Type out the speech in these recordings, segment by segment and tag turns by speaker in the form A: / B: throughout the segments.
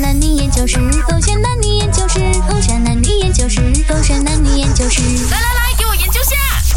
A: 男女研究室，狗选男女研究室，狗选男女研究室，狗选男女研究室。
B: 来来来，给我研究下。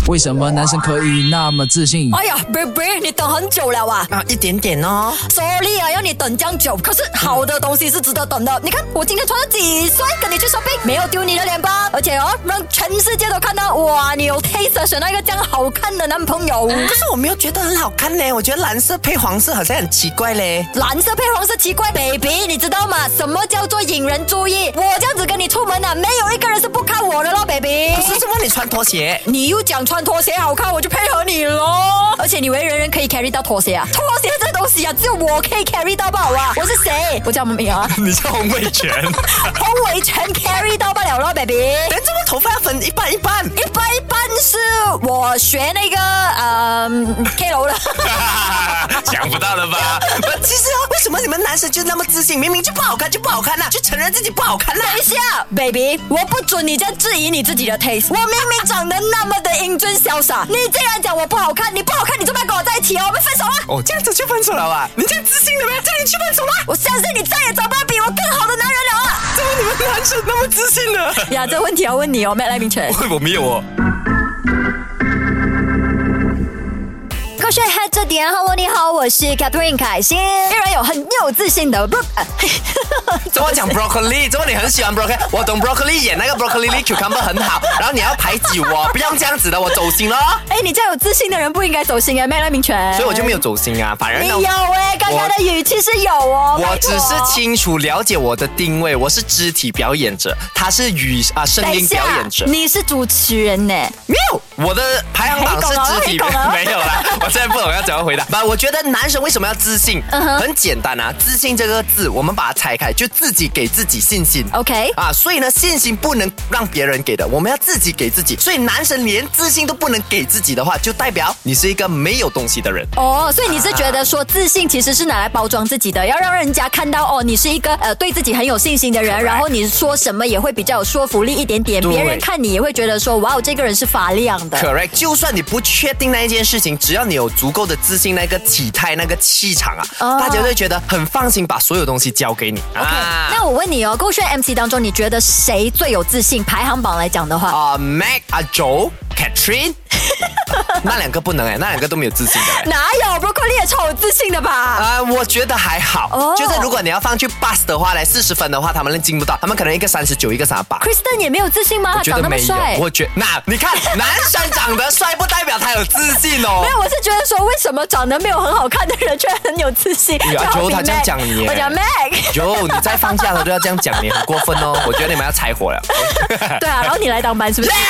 C: 为什么男生可以那么自信？
D: 哎呀，baby，你等很久了啊
E: 啊，一点点哦。
D: ，sorry 啊，要你等这样久。可是好的东西是值得等的。你看我今天穿的几帅，跟你去 shopping 没有丢你的脸吧？而且哦，让全世界都看到，哇，你有 taste 选到一个这样好看的男朋友。
E: 可是我没有觉得很好看呢，我觉得蓝色配黄色好像很奇怪嘞。
D: 蓝色配黄色奇怪，baby，你知道吗？什么叫做引人注意？我这样子跟你出门啊，没有一个人是不看我的咯，baby。
E: 可是这么你穿拖鞋，
D: 你又讲穿拖鞋好看，我就配合你咯。而且你以为人人可以 carry 到拖鞋啊？拖鞋这东西啊，只有我可以 carry 到吧？好啊，我是谁？我叫什么名 啊？
E: 你叫红卫权。
D: 洪伟全 carry 到不了咯，baby。
E: 但这么头发要分一半一半，
D: 一般一般是我学那个呃 K 楼的，
F: 想不到了吧？
E: 呃其实哦，为什么你们男生就那么自信？明明就不好看就不好看呐、啊就承认自己不好看呐、
D: 等一下，baby，我不准你这样质疑你自己的 taste。我明明长得那么的英俊潇洒，你竟然讲我不好看，你不好看，你就不要跟我在一起哦，我们分手啊！
E: 哦，这样子就分手了啊？你这样自信的吗？叫你去分手吗？
D: 我相信你再也找不到比我更好的男人了啊！
E: 怎么你们男生那么自信呢？
D: 呀，这问题要问你哦，麦来明权。
F: 我没有哦。
D: 科学嗨这点，Hello，你好，我是 Catherine 凯欣，依然有很有自信的 Brooke。
E: 怎么讲 broccoli？怎么你很喜欢 broccoli？我懂 broccoli 演那个 broccoli l cucumber 很好，然后你要排挤我，不用这样子的，我走心了，
D: 哎，你这样有自信的人不应该走心哎，麦来明权。
E: 所以我就没有走心啊，反而
D: 你
E: 呢。
D: 有哎，刚刚的语气是有哦。
E: 我
D: 拜托
E: 只是清楚了解我的定位，我是肢体表演者，他是语啊声
D: 等一
E: 音表
D: 下
E: 演者，。
D: 你是主持人呢？
E: 没有，我的排行榜是肢体
D: 黑狗 啊黑
E: 没有啦，我现在不懂要怎么回答。不，我觉得男生为什么要自 信？
D: 嗯
E: 很简单啊，自信这个字，我们把它拆开，就自己给自己信心。
D: OK
E: 啊，所以呢，信心不能让别人给的，我们要自己给自己。所以男生连自信都不能给自己的话，就代表你是一个没有东西的人。
D: 哦，所以你是觉得说自信其实是拿来包装自己的，要让人家看到哦，你是一个呃对自己很有信心的人，然后你说什么也会比较有说服力一点点，
E: 对
D: 别人看你也会觉得说哇哦，这个人是发亮的。
E: Correct，就算你不确定那一件事情，只要你有足够的自信，那个体态、那个气场啊
D: 哦
E: 大家都会觉得很放心，把所有东西交给你啊
D: OK，、那我问你哦，勾选 MC 当中，你觉得谁最有自信？排行榜来讲的话，
E: 啊、m a c 啊，Joe、Catherine，那两个不能哎、那两个都没有自信 的、欸。
D: 哪有 Broccoli 也超有自信的吧？
E: 啊、我觉得还好
D: 哦
E: 就是如果你要放去 bus 的话，来四十分的话，他们能进不到，他们可能一个三十九，一个三十八。
D: Kristen 也没有自信吗？他
E: 觉
D: 长
E: 得
D: 那么
E: 没有
D: 帅，。
E: 我觉那你看，男生长得帅不代表他有自信哦
D: 没。有，我是觉得说，为什么长得没有很好看的人却很有自信？
E: 呀
D: 就好
E: 啊就
D: 比
E: 他这样
D: Mac
E: 讲你耶
D: 我讲 Mac，
E: 哟，你在放假的时候都要这样讲，你很过分哦。我觉得你们要柴火了。
D: 对啊，然后你来当班是不是？你比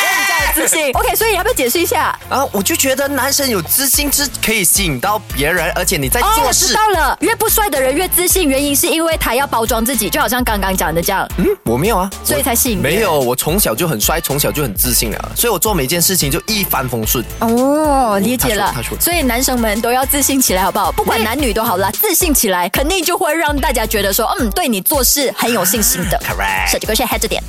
D: 较有自信。OK，所以你要不要解释一下？
E: 啊，我就觉得男生有自信是可以吸引到别人，而且你在
D: 哦，
E: 哎做
D: 我知
E: 事。
D: 道了，越不帅的人越自信，原因是因为他要包装自己，就好像刚刚讲的这样。
E: 嗯，我没有啊，
D: 所以才吸引
E: 我
D: 别人
E: 没有，我从小就很帅，从小就很自信了，所以我做每件事情就一帆风顺。
D: 哦，理解了
E: 他说他说。
D: 所以男生们都要自信起来，好不好？不管男女都好啦，自信起来肯定就会让大家觉得说，嗯，对你做事很有信心的。
E: Correct
D: 设计哥，现在 head 着点。